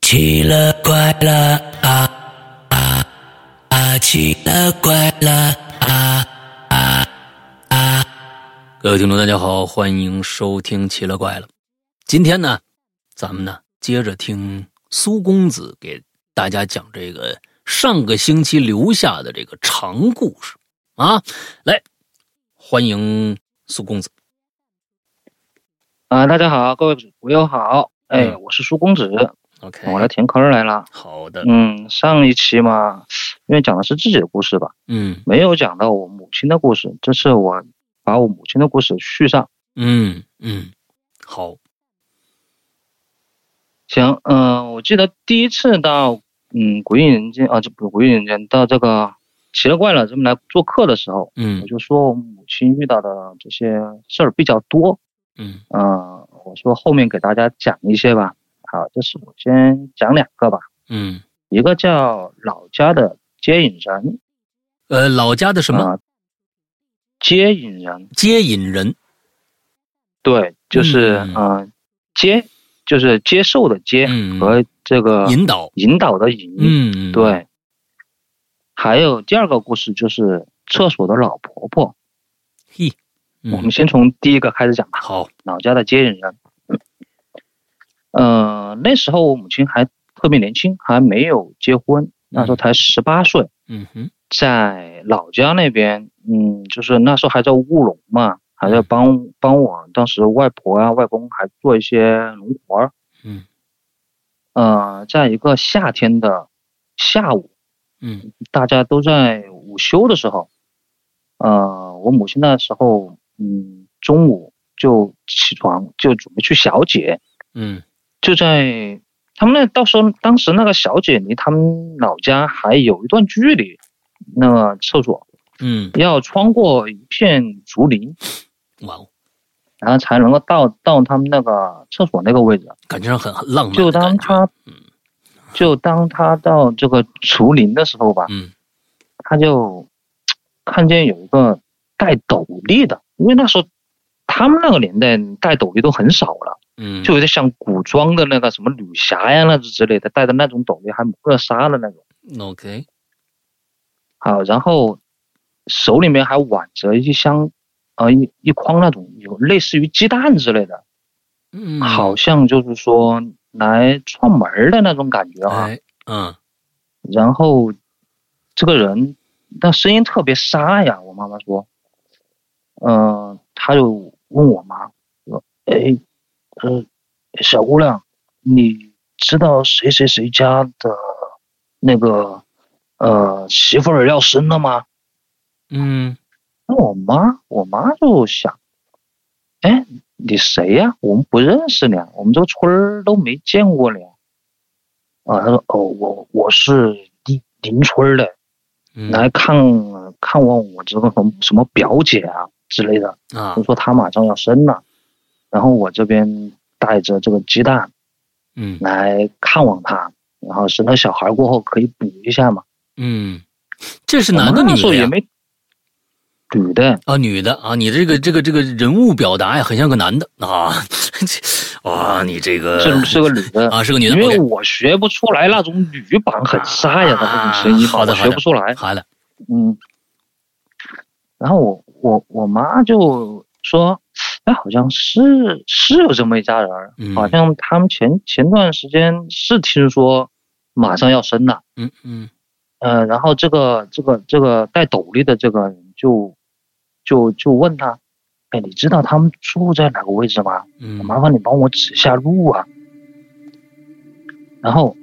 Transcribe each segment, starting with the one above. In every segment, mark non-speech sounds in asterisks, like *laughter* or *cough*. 奇了怪了啊啊啊！奇了怪了啊啊啊！各位听众，大家好，欢迎收听《奇了怪了》。今天呢，咱们呢接着听苏公子给大家讲这个上个星期留下的这个长故事啊。来，欢迎苏公子。啊、大家好，各位朋友好，哎，嗯哎我是苏公子， OK，我来填坑儿来了。好的，嗯，上一期嘛，因为讲的是自己的故事吧，嗯没有讲到我母亲的故事，这次我把我母亲的故事续上。嗯嗯，好，行，嗯、我记得第一次到嗯鬼影人间啊，这不是鬼影人间，到这个奇了怪了这么来做客的时候，嗯我就说我母亲遇到的这些事儿比较多，嗯嗯、我说后面给大家讲一些吧。好，这次我先讲两个吧。嗯，一个叫老家的接引人呃，老家的什么啊，接引人，接引人？对，就是嗯嗯、呃接就是接受的接、嗯，和这个引导。引导的引，嗯，嗯，对。还有第二个故事就是厕所的老婆婆，嘿，嗯我们先从第一个开始讲吧。好，老家的接引人，呃，那时候我母亲还特别年轻，还没有结婚，那时候才十八岁。嗯哼，在老家那边，嗯，就是那时候还在务农嘛，还在帮帮我当时外婆啊、外公还做一些农活儿。嗯呃，在一个夏天的下午，嗯大家都在午休的时候，呃，我母亲那时候，嗯，中午就起床，就准备去小姐，嗯就在他们那到时候当时那个小姐离他们老家还有一段距离，那个厕所。嗯，要穿过一片竹林，哇哦，然后才能够到到他们那个厕所那个位置。感觉上很很浪漫就的当感觉，他嗯，就当他到这个竹林的时候吧，嗯他就看见有一个戴斗笠的，因为那时候他们那个年代戴斗笠都很少了，嗯，就有点像古装的那个什么女侠呀那之类的戴的那种斗笠，还蒙了纱的那种。 OK，好，然后手里面还挽着一箱，呃，一一筐那种有类似于鸡蛋之类的。嗯，好，像就是说来串门儿的那种感觉啊。哎，嗯然后这个人，那声音特别沙哑。我妈妈说，嗯、呃，她就问我妈说：“哎，呃，小姑娘，你知道谁谁谁家的那个呃媳妇儿要生了吗？”嗯那我妈，我妈就想，哎，你谁呀、我们不认识你啊，我们这个村儿都没见过你啊。啊，她说，哦，我我是邻邻村儿的，嗯来看看望我这个什么什么表姐啊之类的，啊都，说她马上要生了，然后我这边带着这个鸡蛋嗯来看望她，然后生了小孩过后可以补一下嘛。嗯，这是我男的妈那女时候的也呀？没女的，啊，女的啊，你这个这个这个人物表达呀，很像个男的啊，哇，你这个是是个女 *laughs* 的。啊，是个女的因为，OK，啊我学不出来那种女版很沙哑的那种声音嘛，好的我好的学不出来。好的，嗯，然后我我我妈就说，哎，好像是是有这么一家人儿，嗯好像他们前前段时间是听说马上要生了，嗯嗯呃，然后这个这个这个戴斗笠的这个人就就就问他，哎，你知道他们住在哪个位置吗？嗯麻烦你帮我指一下路啊。然后，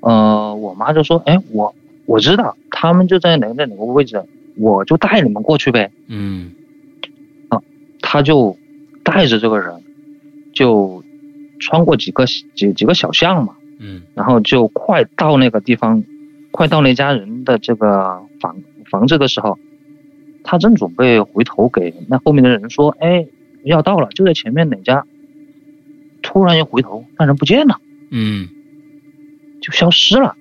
呃，我妈就说，哎，我我知道他们就在哪哪哪个位置，我就带你们过去呗。嗯他就带着这个人，就穿过几个几几个小巷嘛，嗯然后就快到那个地方，快到那家人的这个房房子的时候，他正准备回头给那后面的人说：“哎，要到了，就在前面哪家。”突然一回头，那人不见了，嗯就消失了。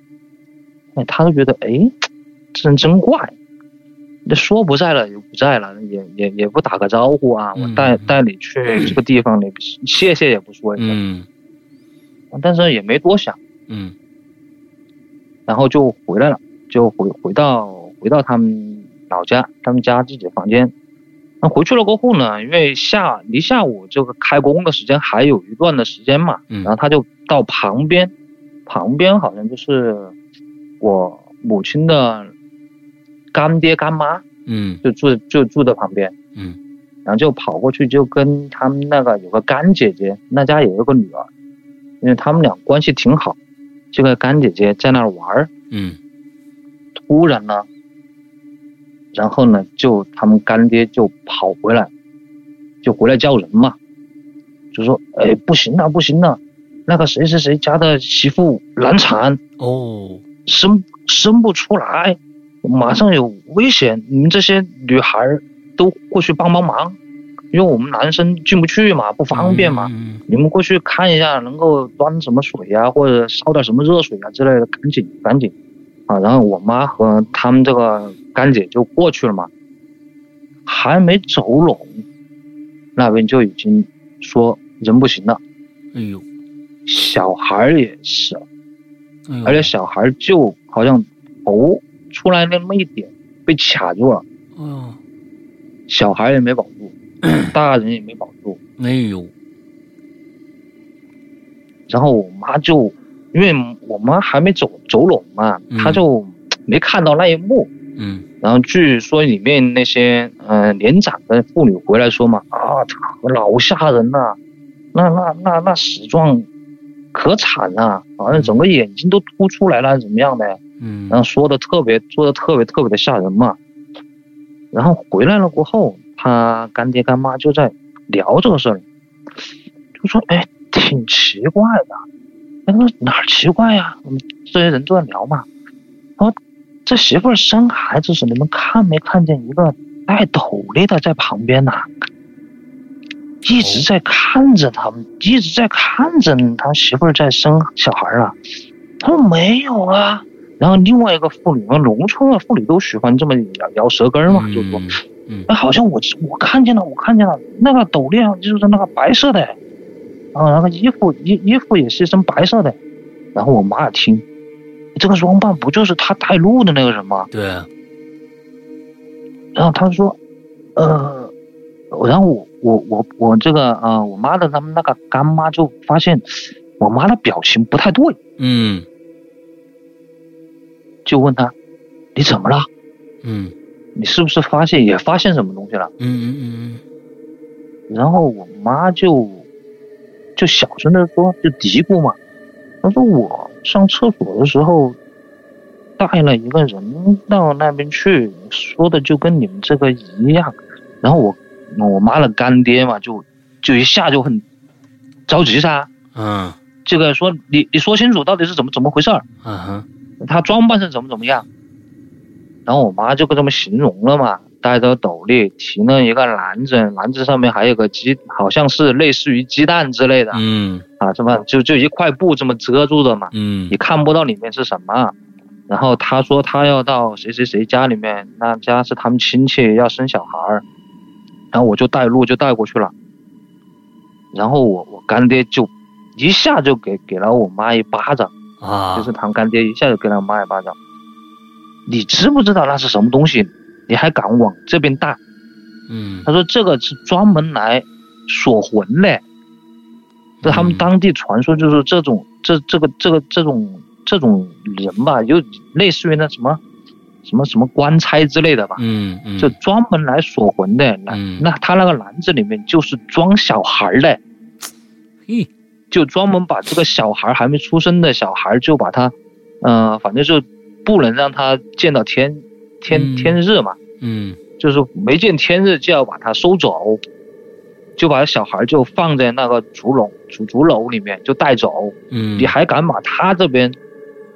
哎，他就觉得哎，这人真怪，那说不在了也不在了，也也也不打个招呼啊，我带嗯带你去这个地方，你谢谢也不说一声，嗯但是也没多想。嗯然后就回来了，就回回到回到他们老家，他们家自己的房间。那回去了过后呢，因为下离下午这个开工的时间还有一段的时间嘛，嗯然后他就到旁边，旁边好像就是我母亲的干爹干妈，嗯就住就住在旁边，嗯，然后就跑过去就跟他们那个有个干姐姐，那家有一个女儿，因为他们俩关系挺好，这个干姐姐在那儿玩儿，嗯突然呢，然后呢，就他们干爹就跑回来，就回来叫人嘛，就说：“哎，不行了，不行了，那个谁谁谁家的媳妇难产，哦生生不出来，马上有危险，你们这些女孩儿都过去帮帮忙，因为我们男生进不去嘛，不方便嘛，嗯你们过去看一下，能够端什么水呀、或者烧点什么热水啊之类的，赶紧赶紧啊！然后我妈和他们这个干姐就过去了嘛，还没走拢，那边就已经说人不行了，哎呦小孩儿也是，哎呦而且小孩儿就好像头出来那么一点被卡住了，哦小孩儿也没保住，大人也没保住，哎呦然后我妈就，因为我妈还没走走拢嘛嗯，她就没看到那一幕。嗯然后据说里面那些嗯、呃年长的妇女回来说嘛，啊，老吓人了、那那那那死状可惨了、好像整个眼睛都凸出来了，怎么样的？嗯然后说的特别说的特别特别的吓人嘛。然后回来了过后，他干爹干妈就在聊这个事儿，就说：“哎，挺奇怪的。”他说：“哪儿奇怪呀、我们这些人都在聊嘛。然后这媳妇儿生孩子时，你们看没看见一个戴斗笠的在旁边呐、一直在看着他们，一直在看着他媳妇儿在生小孩儿啊。他说没有啊。然后另外一个妇女，农村的妇女都喜欢这么摇摇舌根儿嘛，就说嗯哎，好像我我看见了，我看见了，那个斗笠上就是那个白色的，啊，那个衣服衣衣服也是一身白色的。然后我妈也听，这个装扮不就是他带路的那个人吗？对啊然后他说，呃，然后我我我我这个呃，我妈的他们那个干妈就发现我妈的表情不太对，嗯就问她，你怎么了？嗯你是不是发现也发现什么东西了？嗯嗯然后我妈就就小声的说，就嘀咕嘛，她说我上厕所的时候带了一个人到那边去，说的就跟你们这个一样。然后我我妈的干爹嘛，就就一下就很着急噻，嗯嗯这个说你你说清楚到底是怎么怎么回事儿，啊哈他装扮成怎么怎么样。然后我妈就跟他们形容了嘛，戴着斗笠，提了一个篮子，篮子上面还有个鸡，好像是类似于鸡蛋之类的、嗯啊，这么就就一块布这么遮住的嘛，嗯你看不到里面是什么。然后他说他要到谁谁谁家里面，那家是他们亲戚要生小孩儿，然后我就带路就带过去了。然后我我干爹就一下就给给了我妈一巴掌。啊就是他们干爹一下就给他妈一巴掌。你知不知道那是什么东西？你还敢往这边带？嗯他说这个是专门来锁魂的，这他们嗯当地传说就是这种这这个这个这种这种人吧，有类似于那什么什么什么官差之类的吧，嗯嗯就专门来锁魂的。那嗯那他那个篮子里面就是装小孩儿的，嘿就专门把这个小孩儿还没出生的小孩儿就把他，呃，反正就不能让他见到天嗯天天日嘛，嗯就是没见天日就要把他收走，就把小孩儿就放在那个竹笼竹竹篓里面就带走。嗯你还敢把他这边，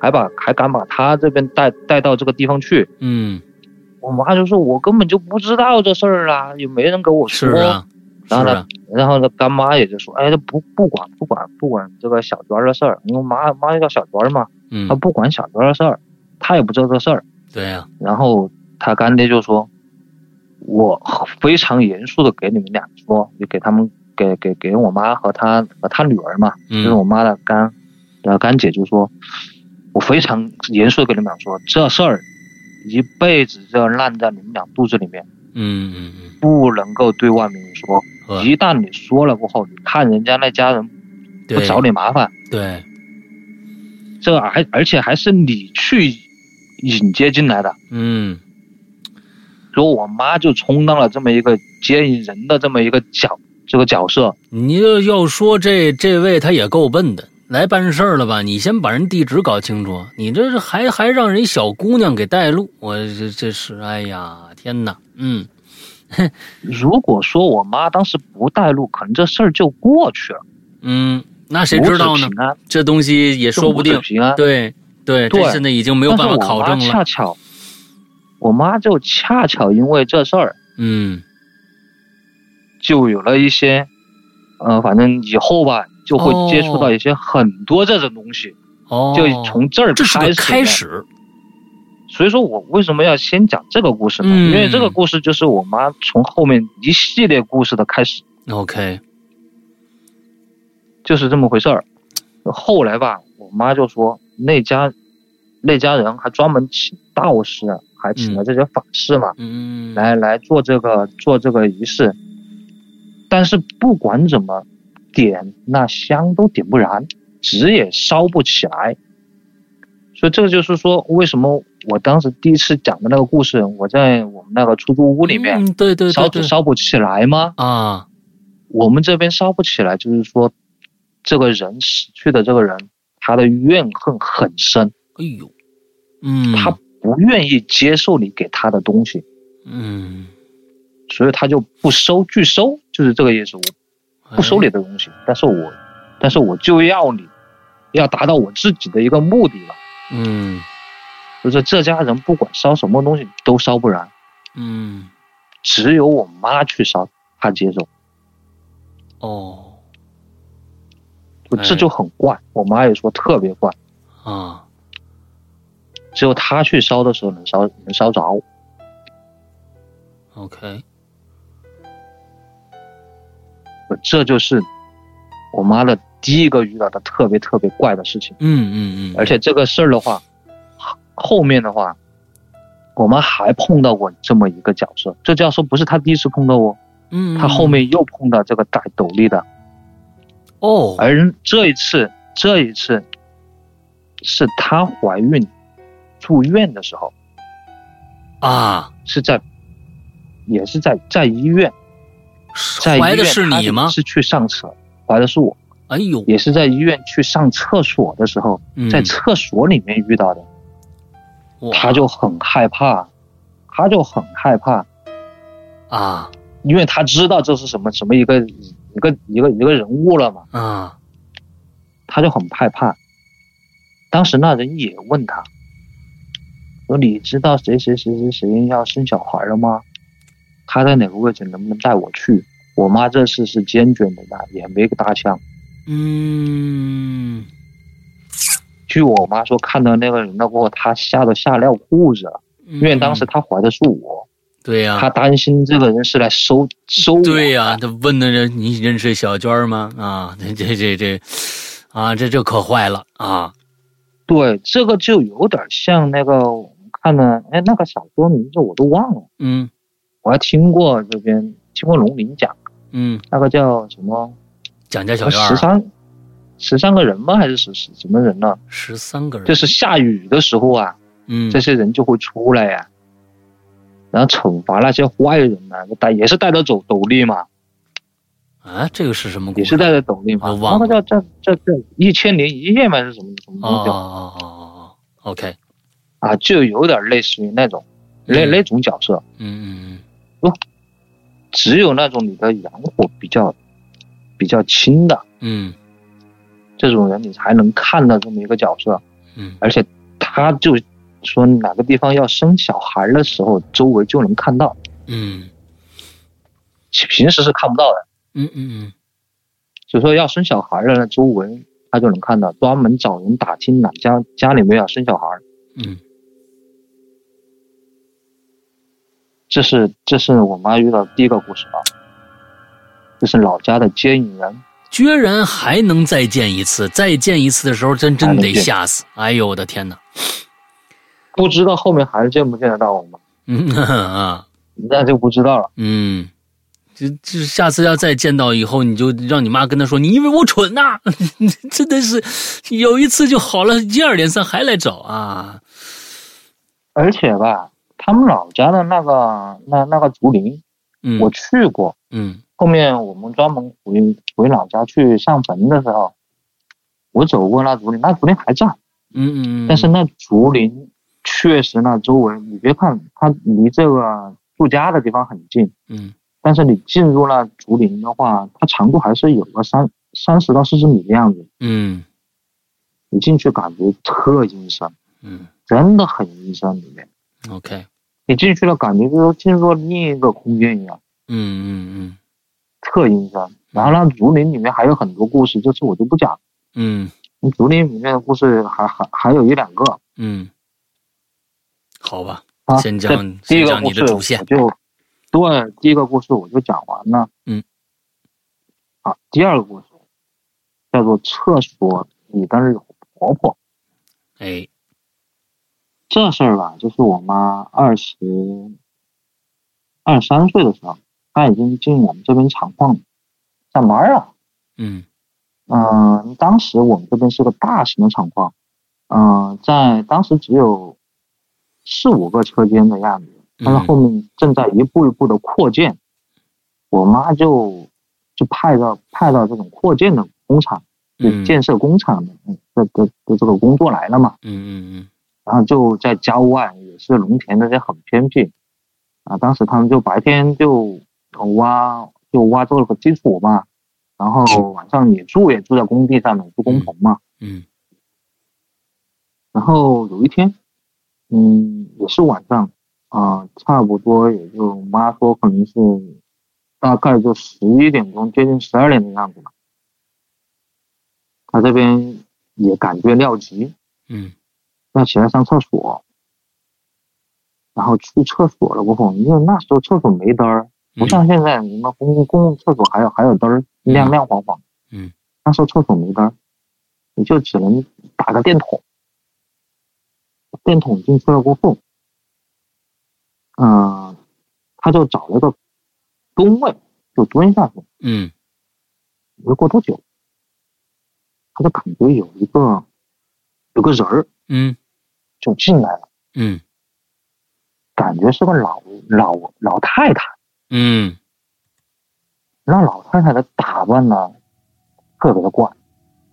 还把还敢把他这边带带到这个地方去？嗯我妈就说：“我根本就不知道这事儿啊，也没人跟我是说。啊是然后呢啊然后呢，干妈也就说，哎，这不不管不管不管这个小娟儿的事儿，因为妈妈叫小娟儿嘛，嗯她不管小娟儿的事儿，她也不知道这事儿。对啊呀然后她干爹就说，我非常严肃的给你们俩说，也给他们给给给我妈和她和她女儿嘛，就是嗯我妈的干然后干姐就说：“我非常严肃地跟你们俩说，这事儿一辈子就要烂在你们俩肚子里面，嗯嗯嗯，不能够对外面说。呵一旦你说了过后，你看人家那家人不对找你麻烦，对，这还而且还是你去引接进来的。嗯说我妈就充当了这么一个接引人的这么一个角这个角色，你要要说这这位他也够笨的，来办事儿了吧？你先把人地址搞清楚，你这是还还让人小姑娘给带路，我这这是哎呀天哪，嗯如果说我妈当时不带路，可能这事儿就过去了，嗯，那谁知道母呢子？平安，这东西也说不定就母，子平安。对对，对这现在已经没有办法考证但是我妈了，恰巧，我妈就恰巧因为这事儿，嗯就有了一些，呃，反正以后吧，就会接触到一些很多这种东西，哦，就从这儿这是开个始。开。始，所以说我为什么要先讲这个故事呢？嗯因为这个故事就是我妈从后面一系列故事的开始， OK，就是这么回事儿。后来吧，我妈就说那家那家人还专门请道士，还请了这些法师嘛。嗯，来来做这个做这个仪式。但是不管怎么点，那香都点不燃，纸也烧不起来。所以这个就是说，为什么我当时第一次讲的那个故事，我在我们那个出租屋里面嗯，对对烧对对，纸烧不起来吗？啊，我们这边烧不起来，就是说，这个人死去的这个人，他的怨恨很深，哎呦，嗯，他不愿意接受你给他的东西，嗯，所以他就不收拒收，就是这个意思。我不收你的东西，但是我，但是我就要你，要达到我自己的一个目的了。哎，嗯就是这家人不管烧什么东西都烧不燃，嗯，只有我妈去烧，她接受，哦就哎这就很怪。我妈也说特别怪，啊，只有她去烧的时候能烧能烧着。 OK，这就是我妈的第一个遇到的特别特别怪的事情。嗯嗯嗯，而且这个事儿的话，后面的话，我妈还碰到过这么一个角色。这角色不是她第一次碰到哦，嗯，他后面又碰到这个戴斗笠的，哦，而这一次，这一次是她怀孕住院的时候，啊，是在，也是在在医院，在医怀院的是她你吗？是去上厕，怀的是我，哎呦，也是在医院去上厕所的时候，嗯在厕所里面遇到的，哇她就很害怕，她就很害怕，啊因为她知道这是什么什么一个一个一个一个人物了嘛。啊，他就很害怕。当时那人也问他，说：“你知道谁谁谁谁谁要生小孩了吗？他在哪个位置？能不能带我去？”我妈这次是坚决没答，也没搭腔。嗯，据我妈说，看到那个人了过后，她吓得吓尿裤子了，因因为当时她怀的是我，对呀，她担心这个人是来收收我。啊对呀，他问的人你认识小娟儿吗？啊，这这这这，啊，这这可坏了啊，对，这个就有点像那个我们看的，哎，那个小说名字我都忘了，嗯我还听过这边听过龙鳞讲。嗯，那个叫什么蒋家小院十儿啊三十三个人吗？还是十十什么人呢？十三个人，就是下雨的时候啊，嗯这些人就会出来呀、然后惩罚那些坏人呢、带也是带着走斗笠嘛，啊，这个是什么故事？也是带着斗笠嘛我。忘那了个叫叫叫叫一千零一夜嘛，还是什么什么哦东哦西、哦哦哦，OK，啊？就有点类似于那种那嗯那种角色，嗯嗯只有那种你的阳火比较比较轻的嗯这种人，你才能看到这么一个角色。嗯而且他就说哪个地方要生小孩的时候，周围就能看到，嗯其平时是看不到的。嗯嗯就说要生小孩了呢，周围他就能看到，专门找人打听哪家家里面要生小孩。嗯这是这是我妈遇到的第一个故事啊，这是老家的接引人，居然还能再见一次，再见一次的时候，真真还得能见吓死！哎呦，我的天哪！不知道后面还见不见得到我们，嗯啊，那就不知道了。嗯，就就下次要再见到以后，你就让你妈跟他说，你以为我蠢呐、 *laughs* 真的是有一次就好了，接二连三还来找啊！而且吧，他们老家的那个那那个竹林，嗯，我去过。嗯后面我们专门回回老家去上坟的时候，我走过那竹林，那竹林还在，嗯嗯，但是那竹林确实那周围，你别看它离这个住家的地方很近，嗯但是你进入那竹林的话，它长度还是有个三三十到四十米的样子。嗯你进去感觉特阴森，嗯真的很阴森里面。 ，OK，你进去了，感觉就是进入另一个空间一样，嗯嗯特阴森。然后那竹林里面还有很多故事，这次我就不讲。嗯竹林里面的故事还还还有一两个。嗯嗯，好吧，啊，先讲这第先一个讲故你事的主线我，就对第一个故事我就讲完了。嗯，好，第二个故事叫做厕所里的有婆婆。哎，这事儿吧，就是我妈二十二三岁的时候，她已经进我们这边厂矿上班了。嗯嗯，当时我们这边是个大型的厂矿，嗯，在当时只有四五个车间的样子，嗯但是后面正在一步一步的扩建，我妈就就派到派到这种扩建的工厂，就嗯建设工厂的嗯这这这这个工作来了嘛，嗯嗯然后就在郊外也是农田，那些很偏僻，啊，当时他们就白天就呃挖就挖做了个基础嘛，然后晚上也住也住在工地上面，住工棚嘛。嗯然后有一天，嗯，也是晚上，啊，差不多也就妈说可能是大概就十一点钟，接近十二点的样子吧。他这边也感觉尿急，嗯要起来上厕所，然后去厕所了过后，因为那时候厕所没灯儿，不像现在你们公共公共厕所还有还有灯儿，亮亮晃晃。嗯，那时候厕所没灯儿，你就只能打个电筒，电筒进去了过后，嗯、他就找了个蹲位，就蹲下去，嗯没过多久，他就感觉有一个有个人儿嗯就进来了。嗯感觉是个老老老太太。嗯那老太太的打扮呢，特别的怪，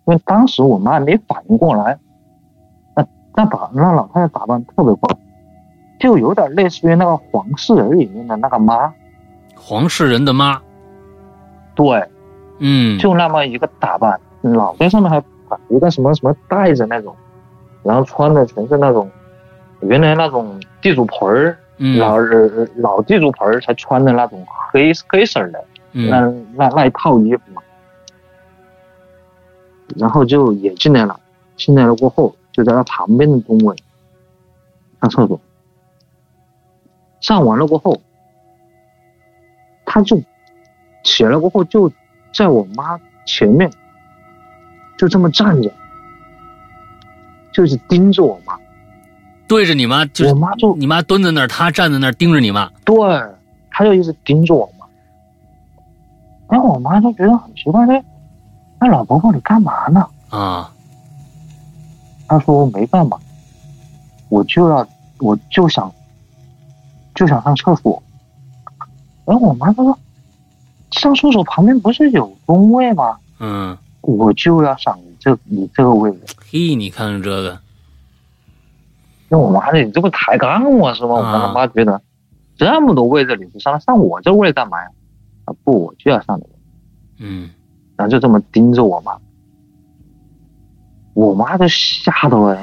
因为当时我妈没反应过来，那那把那老太太打扮特别怪，就有点类似于那个《黄世仁》里面的那个妈，黄世仁的妈，对，嗯就那么一个打扮，脑袋上面还绑一个什么什么带子那种，然后穿的全是那种原来那种地主盆儿，嗯老呃老地主盆儿才穿的那种黑黑色儿的。嗯那那那一套衣服嘛，然后就也进来了，进来了过后就在他旁边的工位上厕所，上完了过后，他就起来过后就在我妈前面就这么站着，就是盯着我妈，对着你妈，就我是妈就你妈蹲在那儿，她站在那儿盯着你妈，对，他就一直盯着我妈。然后我妈就觉得很奇怪，说：“那老伯伯你干嘛呢啊，？”她说：“我没干嘛，我就要，我就想，就想上厕所。”然后我妈就说：“上厕所旁边不是有工位吗？嗯，我就要上你这你这个位置。嘿，你看看这个，”那我妈说：“你这不抬杠我是吗？”我啊他妈觉得这么多位置你不上，上我这位干嘛呀？啊不，我就要上你。嗯然后就这么盯着我妈，我妈就吓得我，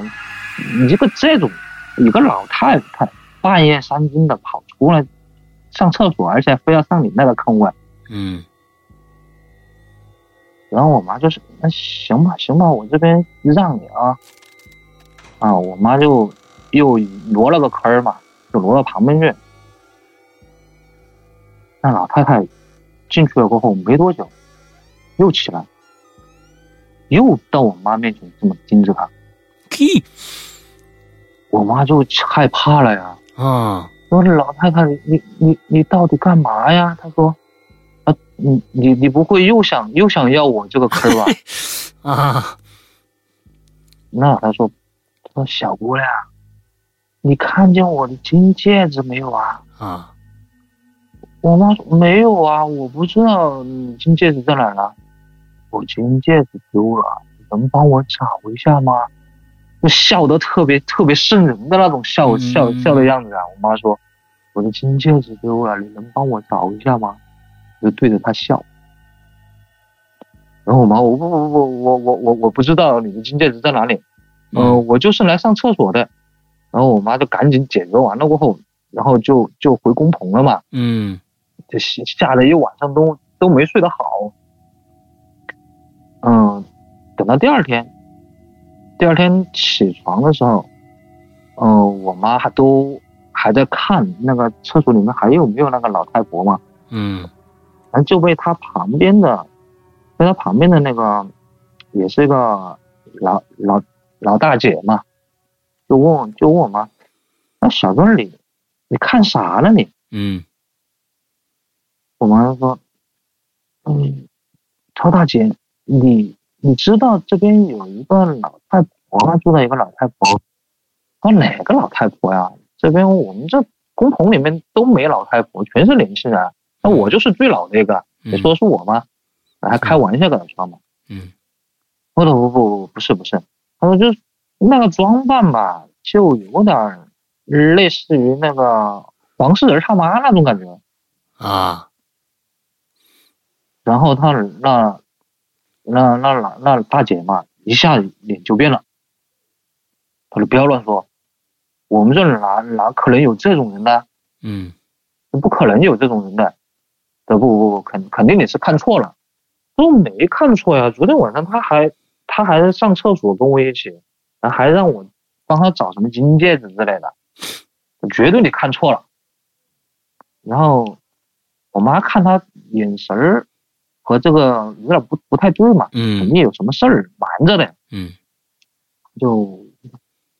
一个这种一个老太太半夜三更的跑出来上厕所，而且非要上你那个坑位，嗯然后我妈就是那行吧行吧，我这边让你啊，啊，我妈就又挪了个坑儿嘛，就挪到旁边去。那老太太进去了过后没多久，又起来，又到我妈面前这么盯着他，嘿我妈就害怕了呀，啊，说老太太，你你你你到底干嘛呀？她说，啊，你你你不会又想又想要我这个坑吧？啊，那她说，她说小姑娘，你看见我的金戒指没有啊？啊，我妈说没有啊，我不知道你金戒指在哪儿了，我金戒指丢了，你能帮我找一下吗？就笑得特别特别瘆人的那种笑嗯笑笑的样子啊！我妈说我的金戒指丢了，你能帮我找一下吗？我就对着她笑。然后我妈，我不不不，我我我我不知道你的金戒指在哪里，嗯、嗯我就是来上厕所的。然后我妈就赶紧解决完了过后，然后就就回工棚了嘛。嗯这吓吓得一晚上都都没睡得好。嗯，等到第二天，第二天起床的时候，嗯、我妈还都还在看那个厕所里面还有没有那个老太婆嘛，嗯然后就被她旁边的，被她旁边的那个也是个老老老大姐嘛，就问就问我妈，那小哥儿你你看啥呢你？嗯我妈说：“嗯，超大姐，你你知道这边有一个老太婆吗？住在一个老太婆。说哪个老太婆呀？这边我们这工棚里面都没老太婆，全是年轻人。那我就是最老的一个，你嗯说是我吗？还开玩笑跟他说嘛。嗯我说不不不不是不是，他说就是那个装扮吧，就有点儿类似于那个黄世仁他妈那种感觉。啊，然后他那那那那那大姐嘛，一下脸就变了。她说：“不要乱说，我们这儿哪哪可能有这种人呢？嗯不可能有这种人的。”不不不，肯肯定你是看错了。她说没看错呀，昨天晚上他还他还上厕所跟我一起，然后还让我帮他找什么金戒指之类的，绝对你看错了。然后我妈看他眼神儿和这个有点不不太对嘛，肯嗯定有什么事儿瞒着的，嗯就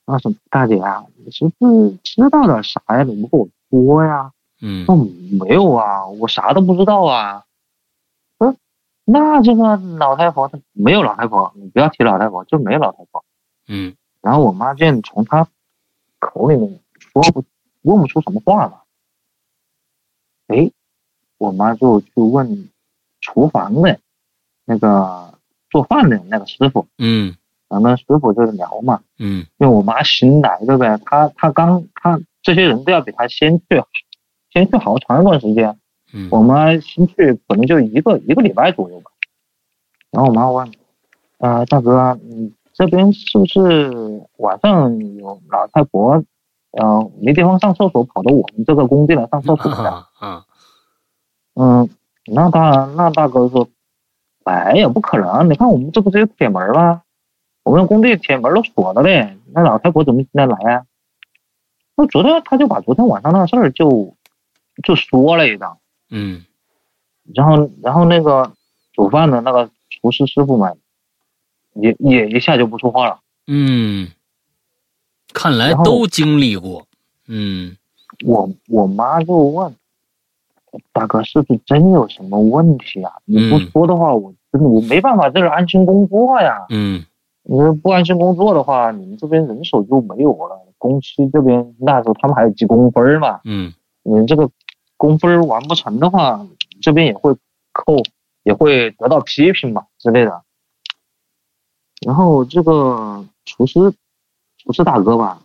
那什么大姐啊，你是不是知道点啥呀？你不跟我说呀？嗯说没有啊，我啥都不知道啊。嗯，那这个老太婆她没有老太婆，你不要提老太婆，就没有老太婆。嗯然后我妈见从她口里面说不问不出什么话了，哎，我妈就去问厨房的那个做饭的那个师傅，嗯然后呢师傅就聊嘛，嗯因为我妈新来的呗，她她刚她这些人都要比她先去，先去好长一段时间，嗯，我妈新去可能就一个一个礼拜左右吧。然后我妈问，啊、大哥，你这边是不是晚上有老太婆，呃，没地方上厕所，跑到我们这个工地来上厕 *laughs* 所的？啊啊嗯，那大那大哥说，哎呀，不可能！你看我们这不是有铁门吗？我们工地铁门都锁着嘞，那老太婆怎么进得来呀、那昨天他就把昨天晚上那事儿就就说了一张。嗯然后然后那个煮饭的那个厨师师傅们，也也一下就不说话了。嗯，看来都经历过，嗯我我妈就问大哥是不是真有什么问题啊？你不嗯说的话，我真的我没办法在这儿安心工作呀。嗯你说不安心工作的话，你们这边人手就没有了。工期这边那时候他们还有记工分儿嘛，嗯 *laughs* 你们这个工分儿完不成的话，这边也会扣，也会得到批评嘛之类的。然后这个厨师，厨师大哥吧，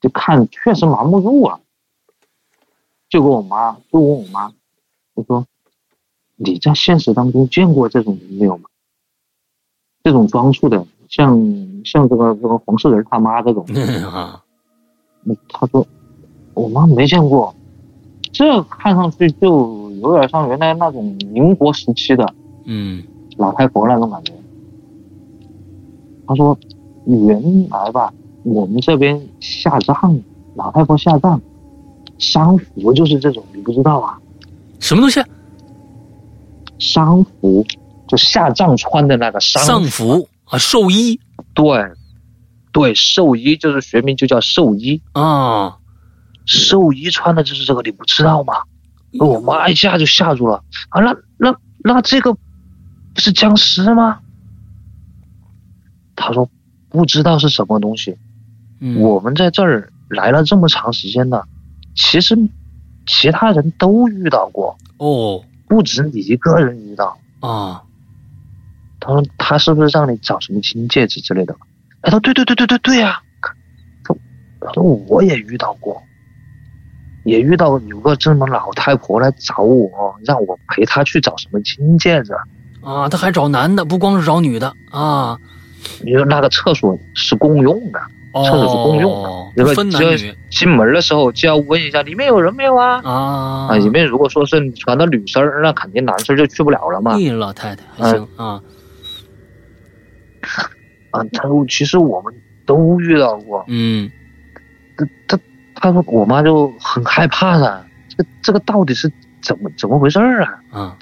就看确实瞒不住了，就跟我妈就问我妈，就说你在现实当中见过这种人没有吗？这种装束的，像像这个这个黄世仁他妈这种，啊嗯他说我妈没见过，这看上去就有点像原来那种民国时期的嗯老太婆那种感觉。他说原来吧，我们这边下葬，老太婆下葬，丧服就是这种，你不知道啊？什么东西？丧服就下葬穿的那个丧丧服啊，寿衣对，对，寿衣就是学名就叫寿衣，啊，寿衣穿的就是这个，你不知道吗？哎我妈一下就吓住了啊！那那那这个不是僵尸吗？她说不知道是什么东西，嗯我们在这儿来了这么长时间了，其实其他人都遇到过，哦不止你一个人遇到。啊，他说他是不是让你找什么金戒指之类的？哎，他说对对对对对对呀、他他说我也遇到过，也遇到有个这么老太婆来找我，让我陪她去找什么金戒指。啊，他还找男的，不光是找女的啊。你说那个厕所是公用的，哦，厕所是公用的，对吧？分男只要女进门的时候就要问一下里面有人没有啊？啊啊，里面如果说是传的女生，那肯定男生就去不了了嘛。咦，老太太还嗯行啊，啊，他说其实我们都遇到过，嗯他他他说我妈就很害怕了，这个这个到底是怎么怎么回事儿啊？啊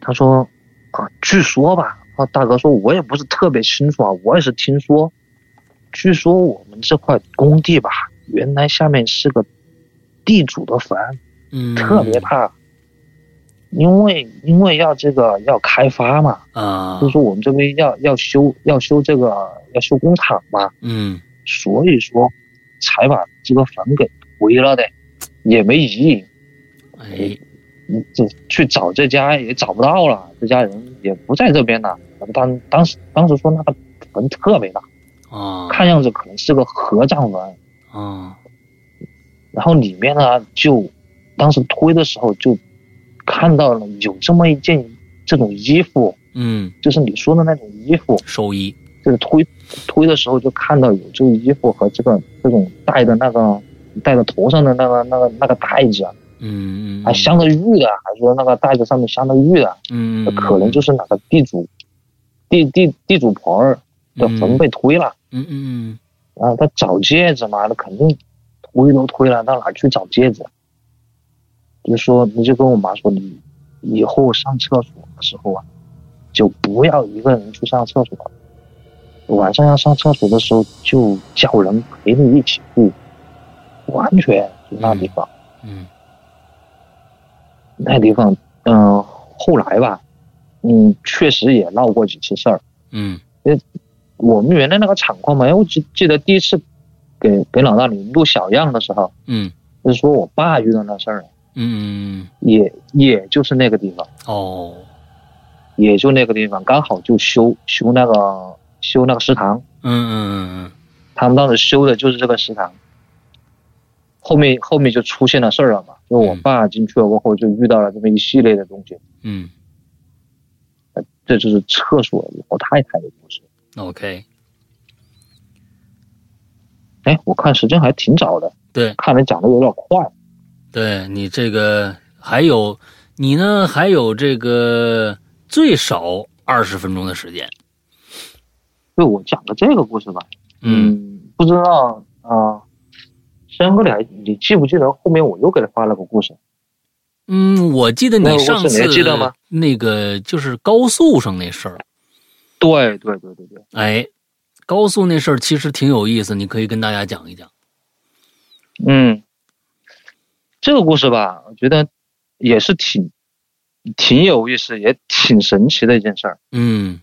他说啊，据说吧，啊大哥说我也不是特别清楚啊，我也是听说，据说我们这块工地吧，原来下面是个地主的坟，嗯，特别怕，因为因为要这个要开发嘛，啊就是，说我们这边要要修要修这个要修工厂嘛，嗯所以说才把这个坟给回了的，也没移，哎就去找这家也找不到了，这家人也不在这边了。当当时当时说那个坟特别大，啊看样子可能是个合葬坟，啊然后里面呢就当时推的时候就看到了有这么一件这种衣服，嗯，就是你说的那种衣服，寿衣就是推推的时候就看到有这个衣服和这个这种戴的那个戴的头上的那个那个那个袋子啊，嗯嗯，还镶着玉的，还说那个袋子上面镶着玉的，嗯，嗯可能就是哪个地主地地地主婆儿的坟被推了，嗯嗯然后他找戒指嘛，那肯定推都推了，到哪去找戒指？就说你就跟我妈说，你以后上厕所的时候啊，就不要一个人去上厕所，晚上要上厕所的时候就叫人陪你一起去，不安全就那地方。嗯那地方，嗯、后来吧，嗯，确实也闹过几次事儿。嗯我们原来那个厂矿嘛，因为我记记得第一次给给老大你录小样的时候，嗯就是说我爸遇到那事儿，嗯嗯，也也就是那个地方，哦，也就那个地方，刚好就修修那个修那个食堂，嗯嗯嗯他们当时修的就是这个食堂。后面后面就出现了事儿了嘛，就我嗯爸进去了过后，就遇到了这么一系列的东西，嗯这就是厕所老太太的故事。 ，OK，哎，我看时间还挺早的，对看来讲的有点快。对，你这个还有你呢，还有这个最少二十分钟的时间，对我讲个这个故事吧，嗯，不知道啊，山、哥你还你记不记得后面我又给他发了个故事？嗯，我记得那你我上是你次还记得吗那个就是高速上那事儿，对对对对对，哎，高速那事儿其实挺有意思，你可以跟大家讲一讲。嗯，这个故事吧，我觉得也是挺挺有意思，也挺神奇的一件事儿嗯，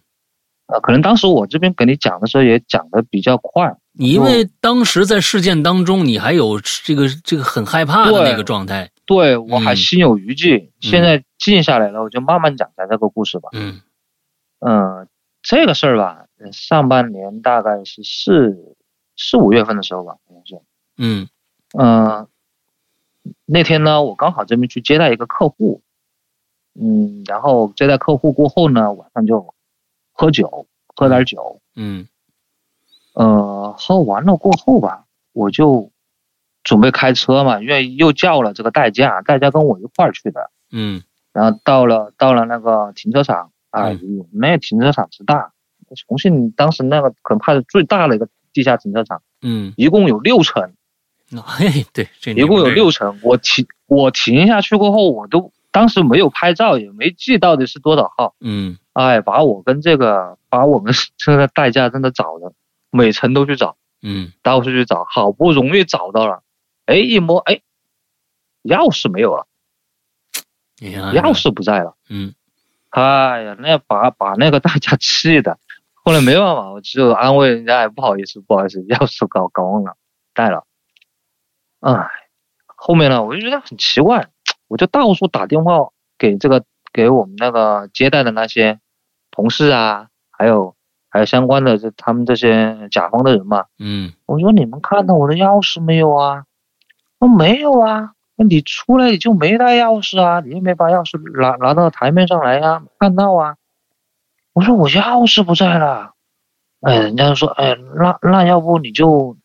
啊。可能当时我这边给你讲的时候也讲的比较快，你因为当时在事件当中，你还有这个这个很害怕的对那个状态。对我还嗯心有余悸。现在静下来了，我就慢慢讲一下这个故事吧。嗯嗯，这个事儿吧，呃上半年大概是四四五月份的时候吧，好像是。嗯嗯、那天呢，我刚好这边去接待一个客户，嗯，然后接待客户过后呢，晚上就喝酒，喝点酒，嗯呃，喝完了过后吧，我就准备开车嘛，因为又叫了这个代驾，代驾跟我一块儿去的，嗯然后到了到了那个停车场，哎嗯呦，那停车场之大，重庆当时那个恐怕是最大的一个地下停车场，嗯，一共有六层，那嘿，对，这一共有六层。我停我停下去过后，我都当时没有拍照，也没记到底是多少号。嗯哎，把我跟这个把我们 *laughs* 这个代驾真的找的，每层都去找，嗯到处去找，好不容易找到了，哎，一摸，哎，钥匙没有了，你看钥匙不在了。嗯哎呀，那把把那个大家气的，后来没办法，我只有安慰人家，哎不好意思，不好意思，钥匙搞搞忘了，带了。哎，后面呢，我就觉得很奇怪，我就到处打电话给这个给我们那个接待的那些同事啊，还有还有相关的这他们这些甲方的人嘛，嗯我说你们看到我的钥匙没有啊？我没有啊。那你出来你就没带钥匙啊？你也没把钥匙拿拿到台面上来呀、啊，看到啊。我说我钥匙不在了。哎，人家就说，哎，那那要不你就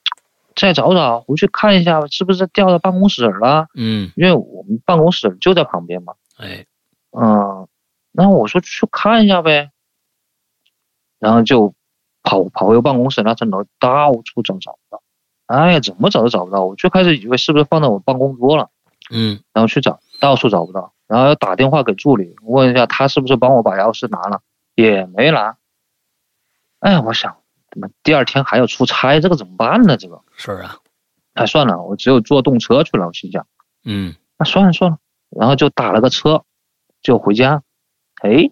再找找，回去看一下是不是掉到办公室了？嗯，因为我们办公室就在旁边嘛。哎嗯，然后我说去看一下呗，然后就跑跑回办公室那层楼，到处找找不到，哎呀，怎么找都找不到。我最开始以为是不是放在我办公桌了，嗯然后去找，到处找不到，然后又打电话给助理问一下他是不是帮我把钥匙拿了，也没拿。哎呀，我想怎么第二天还要出差，这个怎么办呢？这个，是啊，哎，算了，我只有坐动车去了。我心想。嗯那算了算了，然后就打了个车，就回家。哎，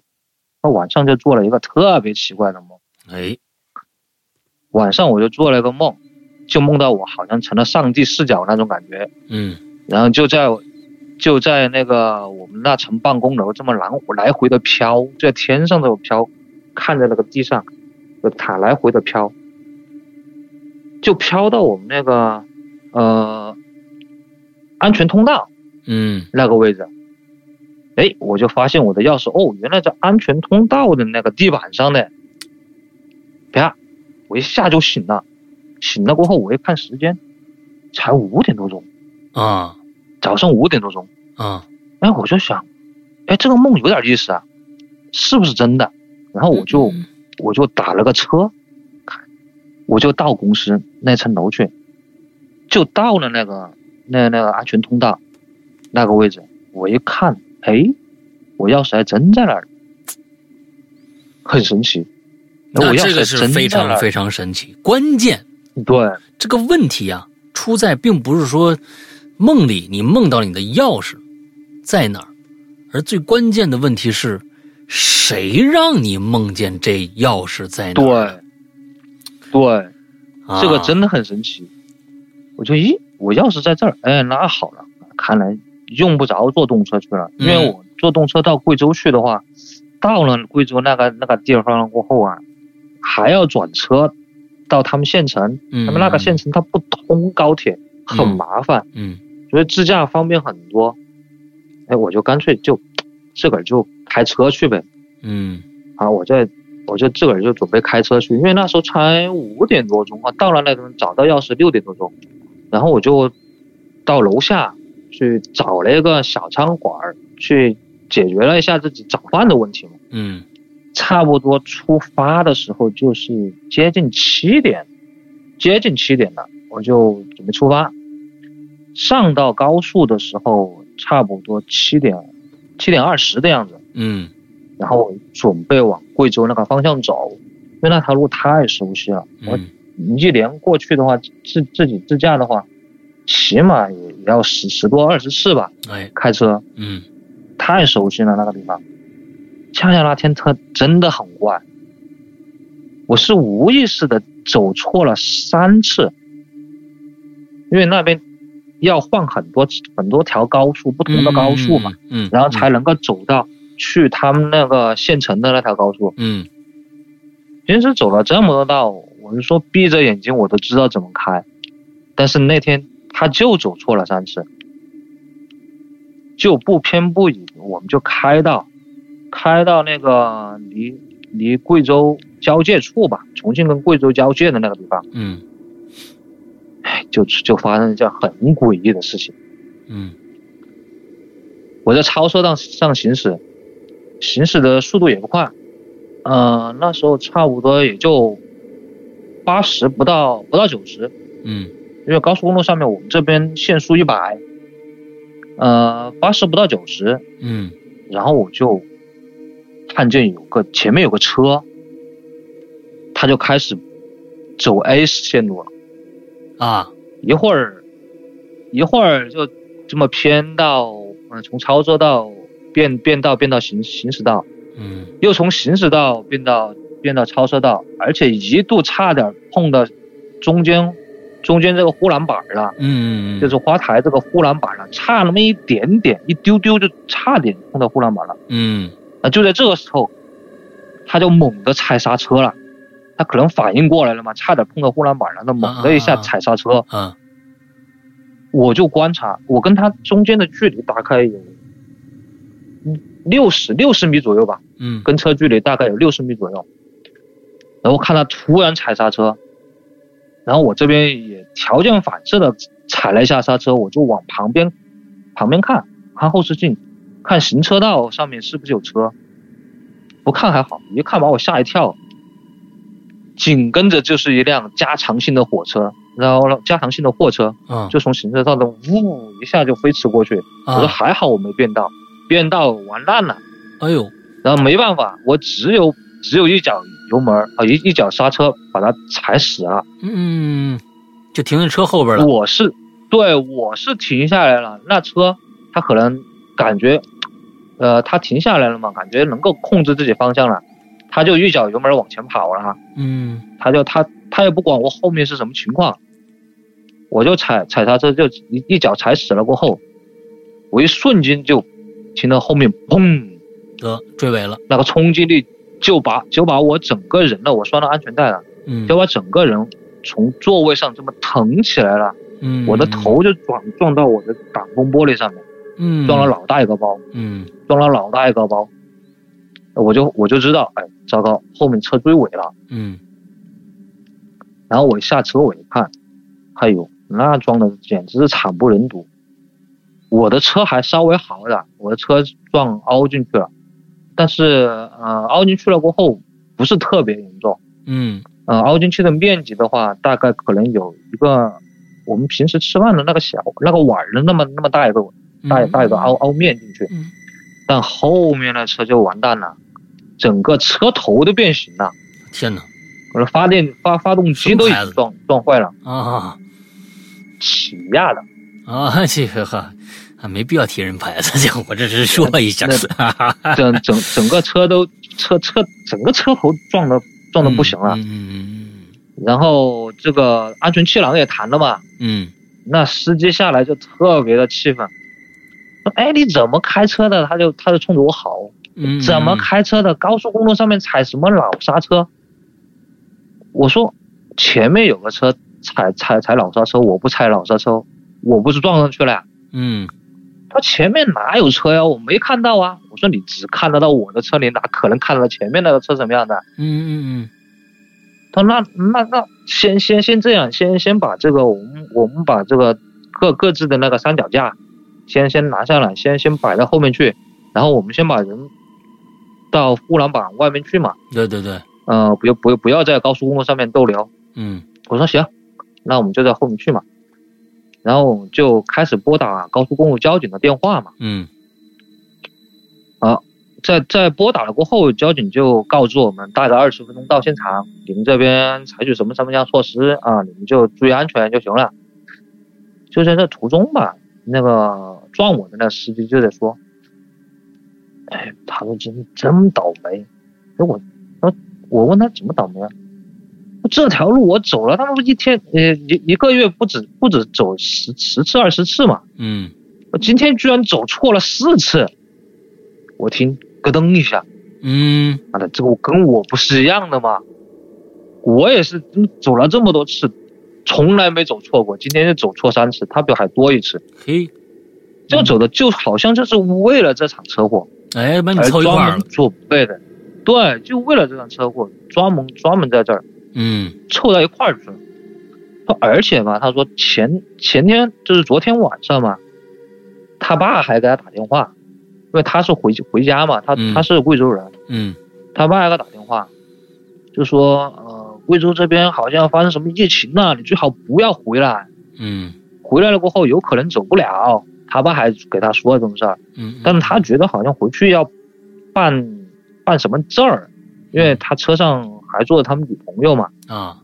那晚上就做了一个特别奇怪的梦。哎晚上我就做了一个梦，就梦到我好像成了上帝视角那种感觉，嗯然后就在就在那个我们那层办公楼这么来来回的飘，在天上都飘，看着那个地上，就它来回的飘，就飘到我们那个呃安全通道。嗯那个位置，哎，我就发现我的钥匙哦，原来在安全通道的那个地板上呢。啪，我一下就醒了，醒了过后我一看时间，才五点多钟，啊早上五点多钟。啊哎，我就想，哎，这个梦有点意思啊，是不是真的？然后嗯我就我就打了个车，我就到公司那层楼去，就到了那个那那个安全通道那个位置，我一看，哎，我钥匙还真在那儿，很神奇。哎那我钥这匙个还是真非在那常儿非常神奇，关键对这个问题啊，出在并不是说梦里你梦到你的钥匙在哪儿，而最关键的问题是，谁让你梦见这钥匙在哪儿对的？对，啊这个真的很神奇。我就咦，我钥匙在这儿，哎，那好了，看来用不着坐动车去了，因为嗯我坐动车到贵州去的话，到了贵州那个那个地方过后啊，还要转车到他们县城，嗯他们那个县城它不通高铁，很麻烦，嗯所以自驾方便很多。哎，我就干脆就自个儿就开车去呗，嗯啊，我这我就自个儿就准备开车去，因为那时候才五点多钟啊，到了那边找到钥匙六点多钟，然后我就到楼下去找了一个小餐馆儿去解决了一下自己早饭的问题嘛。嗯差不多出发的时候就是接近七点，接近七点了，我就准备出发。上到高速的时候，差不多七点七点二十的样子。嗯然后准备往贵州那个方向走，因为那条路太熟悉了。我嗯一连过去的话，自自己自驾的话，起码也也要十十多二十次吧，哎开车嗯太熟悉了那个地方。恰恰那天车真的很怪，我是无意识的走错了三次，因为那边要换很多很多条高速，不同的高速嘛，，嗯，嗯然后才能够走到去他们那个县城的那条高速。嗯平时走了这么多道，我是说闭着眼睛我都知道怎么开，但是那天他就走错了三次，就不偏不倚，我们就开到开到那个离离贵州交界处吧，重庆跟贵州交界的那个地方，嗯哎，就就发生了一件很诡异的事情。嗯我在超车道上行驶，行驶的速度也不快，呃，那时候差不多也就八十不到不到九十，嗯因为高速公路上面我们这边限速一百，呃，八十不到九十，嗯然后我就看见有个前面有个车，他就开始走 A 线路了，啊，一会儿一会儿就这么偏到，嗯、从操作道变变道变到行行驶道，嗯又从行驶道变到变到超车道，而且一度差点碰到中间中间这个护栏板儿了，嗯，就是花台这个护栏板儿了，差那么一点点，一丢丢就差点碰到护栏板了。嗯啊，就在这个时候，他就猛地踩刹车了，他可能反应过来了嘛，差点碰到护栏板了，他猛的一下啊啊啊踩刹车，啊我就观察，我跟他中间的距离大概有。六十六十米左右吧，嗯跟车距离大概有六十米左右。然后看他突然踩刹车，然后我这边也条件反射的踩了一下刹车，我就往旁边旁边看，看后视镜，看行车道上面是不是有车。不看还好，一看把我吓一跳。紧跟着就是一辆加长型的火车，然后呢加长型的货车啊，就从行车道的呜一下就飞驰过去。我说啊，还好我没变道，变道完蛋了。哎呦，然后没办法，我只有只有一脚油门儿啊，一一脚刹车把它踩死了。嗯，就停在车后边了，我是对，我是停下来了，那车它可能感觉，呃，它停下来了嘛，感觉能够控制自己方向了，它就一脚油门儿往前跑了哈。嗯他就他他也不管我后面是什么情况，我就踩踩刹车就一一脚踩死了过后，我一瞬间就听到后面砰，得追尾了，那个冲击力就把就把我整个人了，我拴了安全带了，嗯就把整个人从座位上这么腾起来了，嗯，我的头就撞撞到我的挡风玻璃上面，嗯撞了，老大一个包，嗯撞了老大一个包，我就我就知道，哎，糟糕，后面车追尾了。嗯然后我下车我一看，哎呦，那撞的简直是惨不忍睹。我的车还稍微好点，我的车撞凹进去了，但是呃，凹进去了过后不是特别严重，嗯呃，凹进去的面积的话，大概可能有一个我们平时吃饭的那个小那个碗儿的那么那么大一个大大一个凹，凹面进去嗯，但后面的车就完蛋了，整个车头都变形了，天哪我的发电发发动机都已经撞撞坏了，啊起亚的。啊， *laughs* 这个哈。啊，没必要提人牌子，这我这是说一下，啊 *laughs* 整整整个车都车车整个车头撞的撞的不行了，嗯然后这个安全气囊也弹了嘛，嗯那司机下来就特别的气愤，说：“哎，你怎么开车的？”他就他就冲着我吼嗯，：“怎么开车的？高速公路上面踩什么老刹车？”我说：“前面有个车踩踩踩老刹车，我不踩老刹车，我不是撞上去了呀。”嗯他前面哪有车呀？我没看到啊！我说你只看得到我的车，你哪可能看得到前面那个车什么样的？嗯嗯他说那那那先先先这样，先先把这个我们我们把这个各各自的那个三脚架，先先拿下来，先先摆到后面去，然后我们先把人到护栏板外面去嘛，嗯，对对对，呃，不要不要不要在高速公路上面逗留。嗯我说行，那我们就在后面去嘛，然后就开始拨打高速公路交警的电话嘛。嗯在在拨打了过后，交警就告知我们大概二十分钟到现场，你们这边采取什么什么样措施啊？你们就注意安全就行了。就在这途中吧，那个撞我的那司机就在说：“哎，他说真真倒霉。”哎，我我我问他怎么倒霉啊？这条路我走了，他们一天呃一一个月不止不止走十十次二十次嘛，嗯我今天居然走错了四次。我听咯噔一下，嗯妈的，这个跟我不是一样的吗？我也是嗯走了这么多次，从来没走错过，今天就走错三次，他比我还多一次，嘿，这走的就好像就是为了这场车祸哎，把你而凑一块专儿门了，做对的，对，就为了这场车祸专门专门在这儿嗯凑到一块儿去了。他而且嘛，他说前前天就是昨天晚上嘛，他爸还给他打电话，因为他是回回家嘛，他嗯他是贵州人，嗯他爸给他打电话，就说呃，贵州这边好像发生什么疫情了，你最好不要回来，嗯回来了过后有可能走不了，他爸还给他说这么事儿，嗯，但是他觉得好像回去要办办什么证儿，因嗯为他车上还坐着他们女朋友嘛，他啊，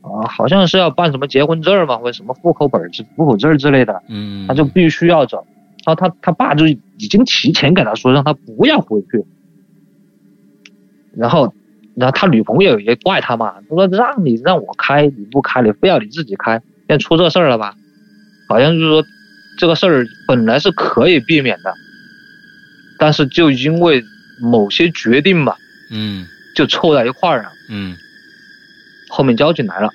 啊，好像是要办什么结婚证儿嘛，或者什么户口本儿之户口证儿之类的，嗯，他就必须要走。然后他他爸就已经提前给他说让他不要回去，然后然后他女朋友也怪他嘛，他说让你让我开你不开，你非要你自己开，现在出这事儿了吧？好像就是说这个事儿本来是可以避免的，但是就因为某些决定嘛，嗯就凑在一块儿了。嗯后面交警来了，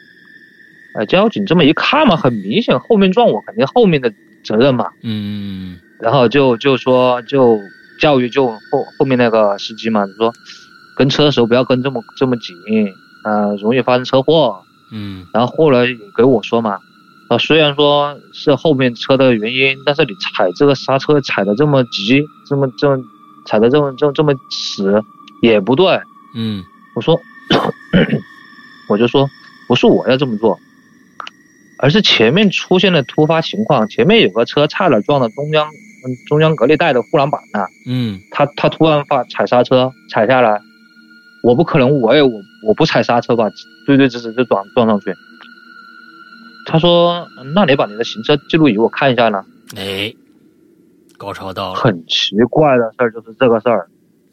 呃，交警这么一看嘛，很明显后面撞我肯定后面的责任嘛，嗯然后就就说就教育就后后面那个司机嘛，就说跟车的时候不要跟这么这么紧，呃，容易发生车祸。嗯然后后来也给我说嘛，啊，虽然说是后面车的原因，但是你踩这个刹车踩的这么急，这么这么踩的这么这么这么死也不对，嗯我说， *coughs* 我就说不是我要这么做，而是前面出现了突发情况，前面有个车差点撞到中央嗯中央隔离带的护栏板那儿，嗯他他突然发踩刹车踩下来，我不可能我也我我不踩刹车吧，对对直直就撞撞上去。他说：“那你把你的行车记录仪我看一下呢。”哎，高潮到了，很奇怪的事儿就是这个事儿，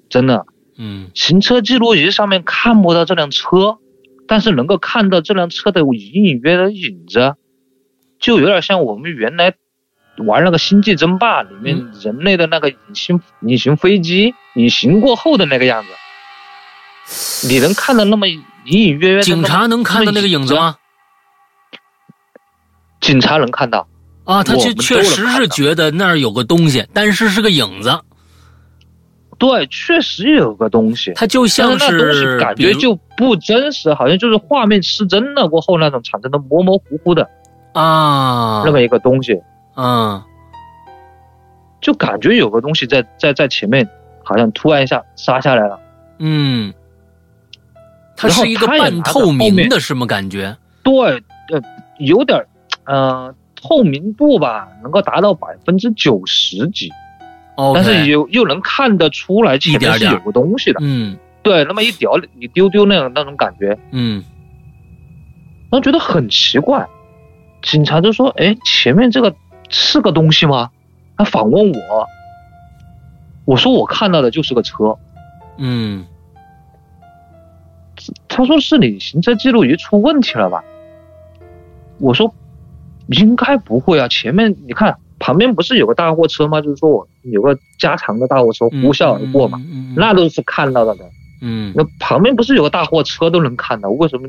真的，嗯行车记录仪上面看不到这辆车，但是能够看到这辆车的隐隐约的影子，就有点像我们原来玩那个《星际争霸》里嗯面人类的那个隐形、隐形飞机隐形过后的那个样子。你能看到那么隐隐约约的那警么？察能看到那个影子吗？警察能看到，啊，他我确们都确实能看是到觉得那儿有个东西，但是是个影子，对，确实有个东西，它就但像那东西感比觉如就不真实，好像就是画面失真了过后那种产生的模模糊糊的啊，那么一个东西。啊，就感觉有个东西在在在前面，好像突然一下刹下来了。嗯，它然后是一个他也半拿着透后明面的什么感觉？对，呃，有点儿，呃，透明度吧，能够达到百分之九十几，哦，但是又又能看得出来前面一点是点有个东西的。嗯对，那么一屌一丢丢那种那种感觉，嗯然后觉得很奇怪。警察就说：“哎，前面这个是个东西吗？”他反问我，我说我看到的就是个车。嗯他说是你行车记录仪出问题了吧？我说应该不会啊，前面你看旁边不是有个大货车吗？就是说我有个加长的大货车嗯，呼啸而过嘛，嗯，嗯嗯那都是看到的的。嗯那旁边不是有个大货车都能看到，为什么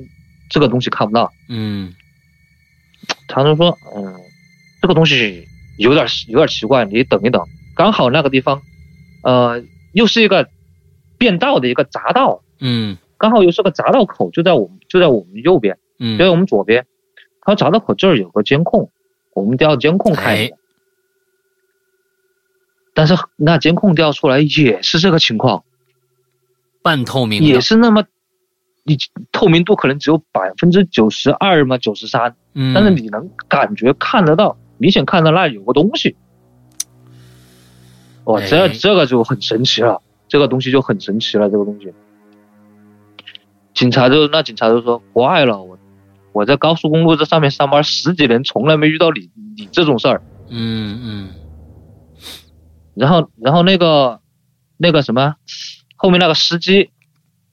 这个东西看不到？嗯他就说，嗯，这个东西有点有点奇怪，你等一等，刚好那个地方，呃，又是一个变道的一个匝道，嗯刚好又是个匝道口，就在我们就在我们右边。嗯，就在我们左边，他闸道口这儿有个监控，我们调监控看哎一下。但是那监控调出来也是这个情况，半透明也的，是那么，你透明度可能只有百分之九十二嘛，九十三，嗯，但是你能感觉看得到，明显看到那有个东西。哇，哎这这个就很神奇了，这个东西就很神奇了，这个东西。警察就那警察就说怪了，我我在高速公路这上面上班十几年，从来没遇到你你这种事儿。嗯嗯然后然后那个那个什么，后面那个司机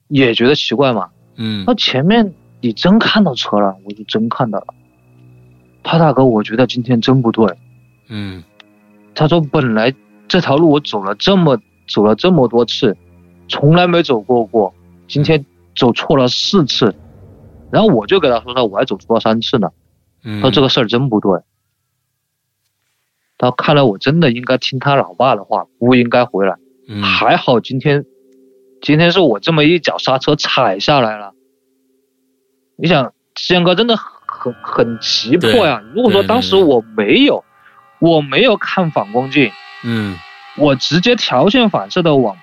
也觉得奇怪嘛，嗯那前面你真看到车了，我就真看到了。他大哥，我觉得今天真不对。嗯他说本来这条路我走了这么走了这么多次，从来没走过过，今天走错了四次。然后我就给他说他我还走错了三次呢。嗯，他说这个事儿真不对。他看来我真的应该听他老爸的话，不应该回来。嗯还好今天，今天是我这么一脚刹车踩下来了。你想，志阳哥真的很很急迫呀、如果说对对当时对我没有，我没有看反光镜，嗯，我直接条件反射的往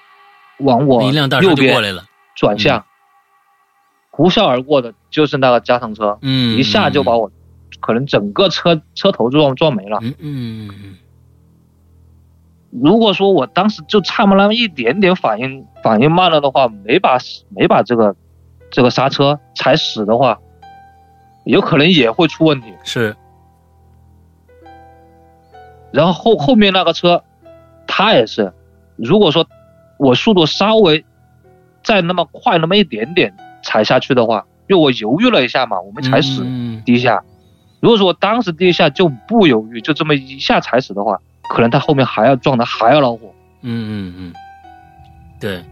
往我一辆大车右就过边来了，转向，呼啸而过的就是那个加长车，嗯，一下就把我可能整个车车头撞撞没了。嗯嗯嗯如果说我当时就差那么那么一点点反应反应慢了的话，没把没把这个这个刹车踩死的话，有可能也会出问题。是然后后后面那个车，他也是，如果说我速度稍微再那么快那么一点点踩下去的话，因为我犹豫了一下嘛，我没踩死嗯第一下。如果说我当时第一下就不犹豫，就这么一下踩死的话，可能他后面还要撞的还要恼火，嗯嗯嗯，对，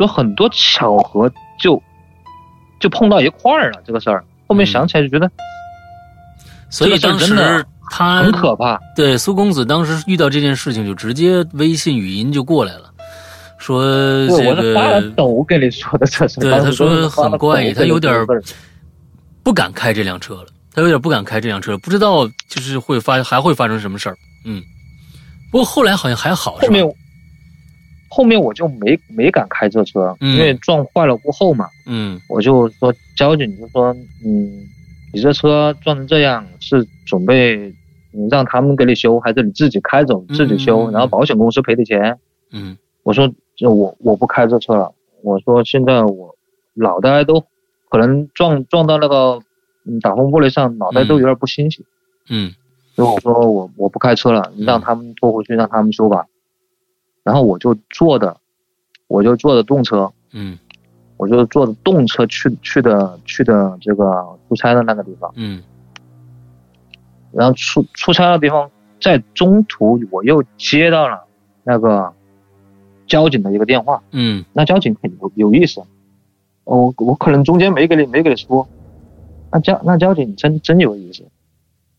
有很多巧合就就碰到一块儿了这个事儿。后嗯面想起来就觉得所以这当个事儿真时的他很可怕，对，苏公子当时遇到这件事情，就直接微信语音就过来了，说对，这我是发了个抖跟你说的这事儿。嗯对当时他说真的是发了很怪抖他有点儿跟你说的事儿不敢开这辆车了，他有点不敢开这辆车了，不知道就是会发还会发生什么事儿。嗯，不过后来好像还好，后是吧？面后面我就没没敢开这车，嗯因为撞坏了过后嘛，嗯我就说交警就说，嗯，你这车撞成这样是准备嗯让他们给你修，还是你自己开走嗯自己修，然后保险公司赔的钱？嗯我说这我我不开这车了，我说现在我脑袋都可能撞撞到那个嗯挡风玻璃上，脑袋都有点不清醒。嗯所以我说我我不开车了，你让他们拖回去，让他们修吧。然后我就坐的，我就坐的动车，嗯我就坐的动车去去的去的这个出差的那个地方。嗯然后出出差的地方，在中途我又接到了那个交警的一个电话，嗯那交警很有有意思，哦我我可能中间没给你没给你说，那交那交警真真有意思，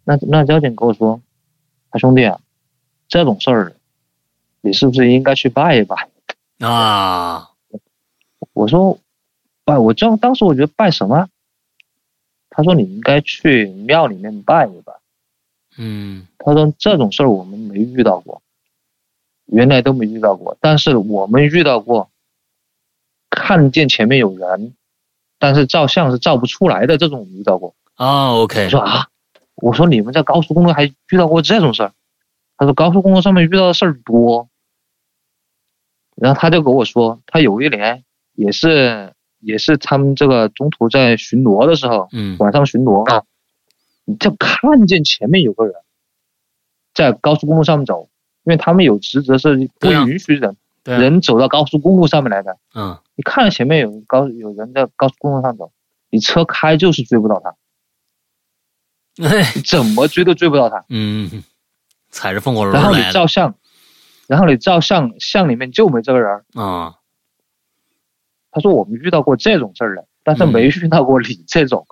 那那交警跟我说，他兄弟啊，这种事儿，你是不是应该去拜一拜？嗯啊，我说，拜我这样当时我觉得拜什么？他说你应该去庙里面拜一拜。嗯他说这种事儿我们没遇到过，原来都没遇到过，但是我们遇到过，看见前面有人，但是照相是照不出来的这种我们遇到过。啊我，OK，说啊，我说你们在高速公路还遇到过这种事儿？他说高速公路上面遇到的事儿多。然后他就跟我说，他有一年也是也是他们这个中途在巡逻的时候，嗯晚上巡逻啊，你就看见前面有个人在高速公路上面走，因为他们有职责是不对啊允许人、对啊，人走到高速公路上面来的。嗯你看前面有高有人在高速公路上走，你车开就是追不到他，哎你怎么追都追不到他。嗯，踩着风火轮然后你来的照相，然后你照相，相里面就没这个人。啊，他说我们遇到过这种事儿了，但是没嗯遇到过你这种。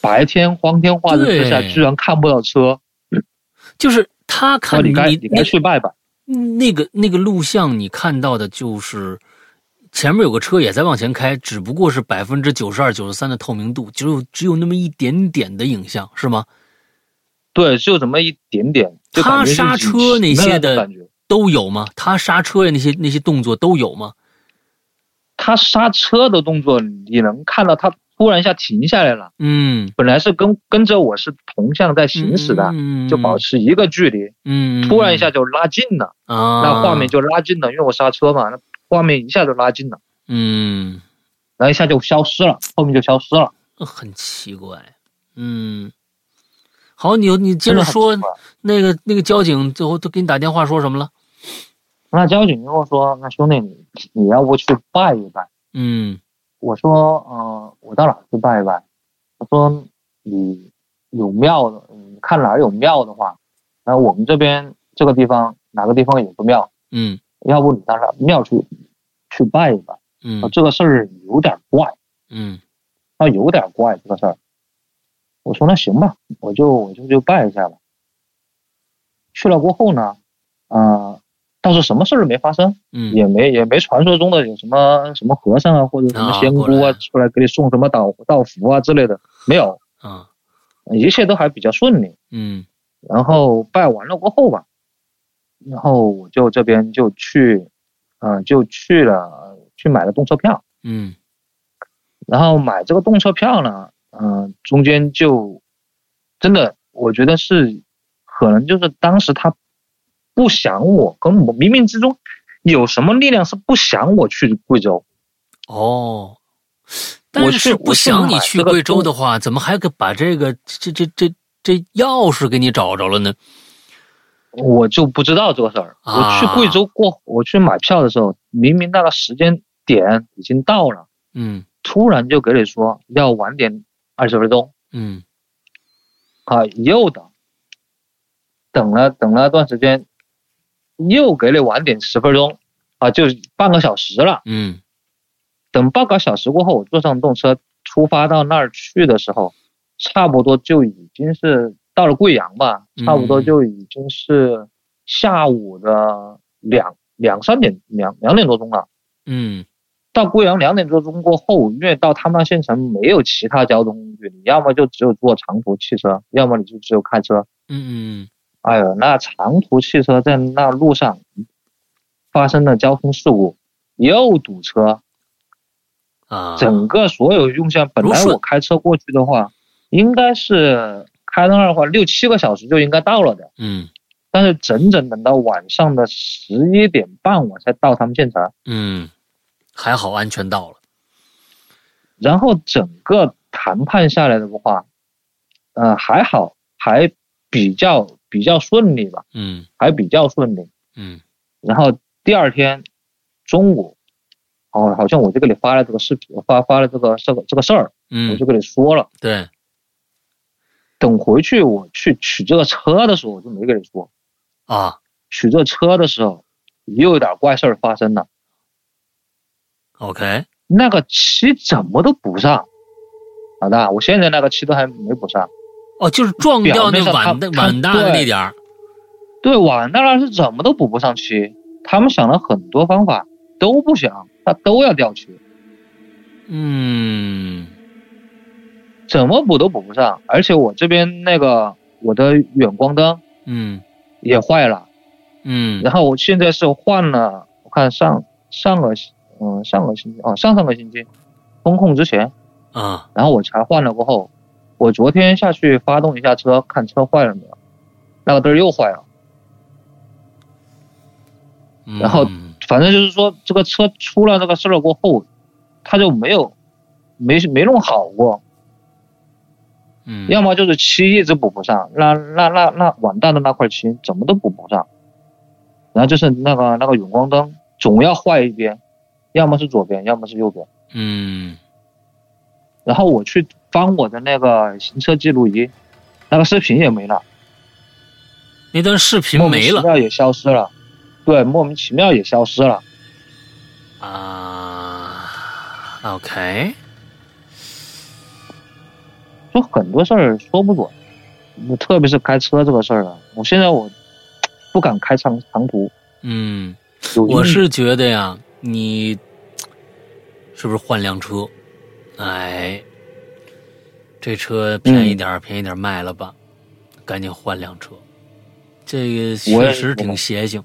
白天光天化日之下，对居然看不到车，就是他看说哦你该你你该去拜拜。那个那个录像你看到的就是前面有个车也在往前开，只不过是百分之九十二、九十三的透明度，只有只有那么一点点的影像，是吗？对，就这么一点点。就他感觉是刹隐车那形些了的感觉，都有吗？他刹车呀那些那些动作都有吗？他刹车的动作你能看到，他突然一下停下来了。嗯，本来是跟跟着我是同向在行驶的，嗯、就保持一个距离，嗯，嗯突然一下就拉近了，嗯啊，那画面就拉近了，因为我刹车嘛，那画面一下就拉近了，嗯然后一下就消失了，后面就消失了。很奇怪，嗯。好，你你接真着的很说奇怪，那个那个交警最后都给你打电话说什么了？那交警跟我说：“那兄弟你，你要不去拜一拜？”嗯我说，嗯、我到哪儿去拜一拜？他说，你有庙的，嗯，看哪儿有庙的话，然后我们这边这个地方哪个地方有个庙，嗯要不你到那庙去去拜一拜？嗯啊，这个事儿有点怪，嗯啊，有点怪这个事儿。我说那行吧，我就我就去拜一下吧。去了过后呢，呃，倒是什么事儿没发生，嗯，也没也没传说中的有什么什么和尚啊，或者什么啊仙姑过来啊出来给你送什么道道符啊之类的，没有，啊一切都还比较顺利。嗯然后拜完了过后吧，然后我就这边就去，嗯、就去了去买了动车票，嗯然后买这个动车票呢，嗯、中间就真的我觉得是可能就是当时他不想我，可能我冥冥之中有什么力量是不想我去贵州。哦，但是去不想你去我去买这个贵州的话，怎么还给把这个这这这这钥匙给你找着了呢？我就不知道这个事儿。啊我去贵州过，我去买票的时候，明明那个时间点已经到了，嗯突然就给你说要晚点二十分钟嗯啊，又等，等了等了段时间，又给你晚点十分钟啊，就是半个小时了。嗯等半个小时过后，我坐上动车出发到那儿去的时候，差不多就已经是到了贵阳吧，嗯差不多就已经是下午的两两三点两两点多钟了。嗯到贵阳两点多钟过后，因为到他们那县城没有其他交通工具，你要么就只有坐长途汽车，要么你就只有开车。嗯哎呦，那长途汽车在那路上发生了交通事故，又堵车，嗯啊，整个所有用下，本如来顺我开车过去的话，应该是开那儿的话六七个小时就应该到了的，嗯但是整整等到晚上的十一点半我才到他们现场，嗯，还好安全到了。然后整个谈判下来的话，呃还好，还比较比较顺利吧，嗯还比较顺利。嗯然后第二天中午，哦，好像我就给你发了这个视频，发发了这个这个这个事儿，我嗯就，跟你说了。对，等回去我去取这个车的时候，我就没跟你说，啊取这车的时候又有点怪事儿发生了。 ，OK，那个漆怎么都补上，老大，我现在那个漆都还没补上。哦，就是撞掉表面那上它碗的它碗大的对那点儿。对，瓦那那是怎么都补不上漆，他们想了很多方法都不行，他都要掉漆，嗯怎么补都补不上。而且我这边那个我的远光灯嗯也坏了，嗯然后我现在是换了，我看上上个嗯、上个星期哦上上个星期风控之前，啊然后我才换了过后，我昨天下去发动一下车，看车坏了没有，那个灯儿又坏了。嗯，然后反正就是说这个车出了这个事儿过后，它就没有没没弄好过，嗯要么就是漆一直补不上，那那那那完蛋的那块漆怎么都补不上，然后就是那个那个远光灯总要坏一边，要么是左边，要么是右边。嗯然后我去翻我的那个行车记录仪，那个视频也没了，那段视频莫名没其了妙也消失了，对，莫名其妙也消失了。啊，OK，就很多事儿说不准，我特别是开车这个事儿啊，我现在我不敢开长长途。嗯，有我阴影是觉得呀，你是不是换辆车？哎，这车便宜点儿，便宜点儿卖了吧，赶紧换辆车。这个我确也实是挺邪性，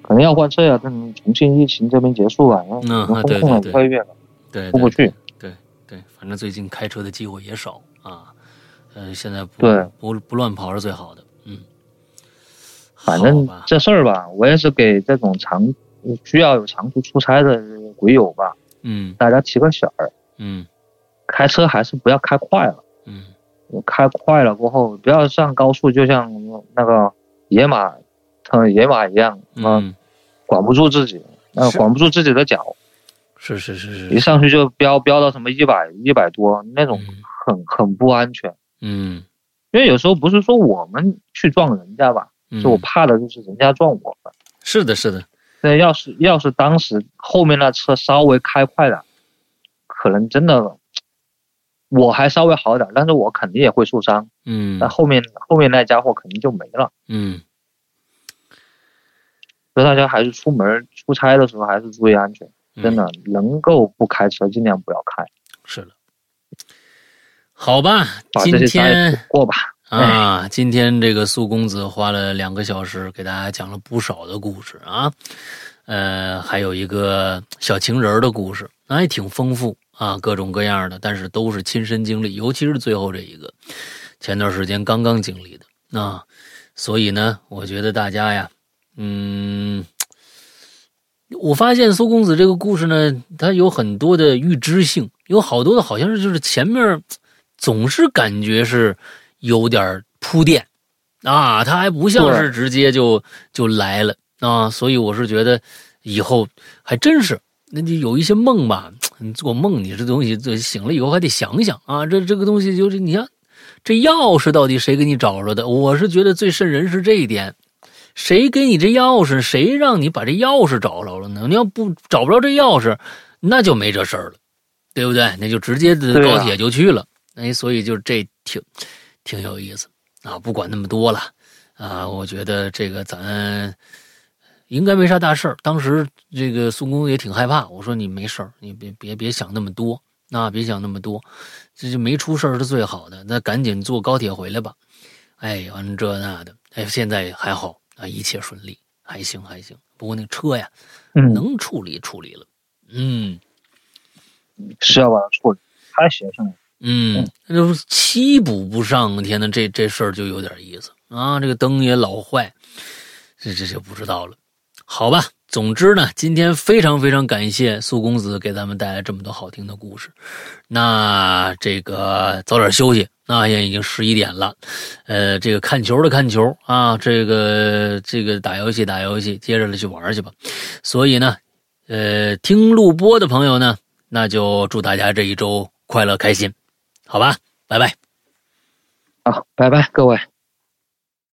可能要换车呀，等重庆疫情这边结束吧，因为嗯我们对风控了对对一个月了，对，出不对去。对，反正最近开车的机会也少啊。呃，现在不对不不乱跑是最好的，嗯。反好正吧这事儿吧，我也是给这种长需要有长途出差的鬼友吧，嗯大家提个醒儿，嗯开车还是不要开快啊了。嗯开快了过后，不要上高速，就像那个野马，呃，野马一样，啊、嗯，管不住自己，呃，是管不住自己的脚，是是是一是，上去就飙飙到什么一百一百多，那种嗯很很不安全。嗯因为有时候不是说我们去撞人家吧，嗯，就我怕的就是人家撞我们。是的是的，那要是要是当时后面那车稍微开快点，可能真的我还稍微好点，但是我肯定也会受伤。嗯那后面后面那家伙肯定就没了。嗯。所以大家还是出门出差的时候还是注意安全，真的、能够不开车尽量不要开，嗯是了。好吧，把今这些哎灾天过吧。啊，今天这个苏公子花了两个小时给大家讲了不少的故事啊，呃，还有一个小情人儿的故事，那、也挺丰富啊，各种各样的，但是都是亲身经历，尤其是最后这一个，前段时间刚刚经历的啊。所以呢，我觉得大家呀，嗯，我发现苏公子这个故事呢，它有很多的预知性，有好多的好像是就是前面总是感觉是有点铺垫啊，它还不像是直接就就来了啊，所以我是觉得以后还真是。那你有一些梦吧，你做梦，你这东西这醒了以后还得想想啊，这这个东西就是你看，这钥匙到底谁给你找着的？我是觉得最瘆人是这一点，谁给你这钥匙？谁让你把这钥匙找着了呢？你要不找不着这钥匙，那就没这事儿了，对不对？那就直接对高啊铁就去了。哎，所以就这挺挺有意思啊，不管那么多了啊，我觉得这个咱。应该没啥大事儿。当时这个苏公也挺害怕，我说你没事儿，你别别别想那么多，啊，别想那么多，这就没出事儿是最好的。那赶紧坐高铁回来吧。哎，完了这那的，哎，现在还好啊，一切顺利，还行还行。不过那车呀，嗯，能处理处理了。嗯是要把它处理，太邪性了。嗯，那都是七补不上，天呐，这这事儿就有点意思啊。这个灯也老坏，这这就不知道了。好吧，总之呢，今天非常非常感谢苏公子给咱们带来这么多好听的故事。那这个早点休息，那也已经十一点了。呃，这个看球的看球啊，这个这个打游戏打游戏，接着了去玩去吧。所以呢，呃，听录播的朋友呢，那就祝大家这一周快乐开心，好吧，拜拜。啊好，拜拜，各位。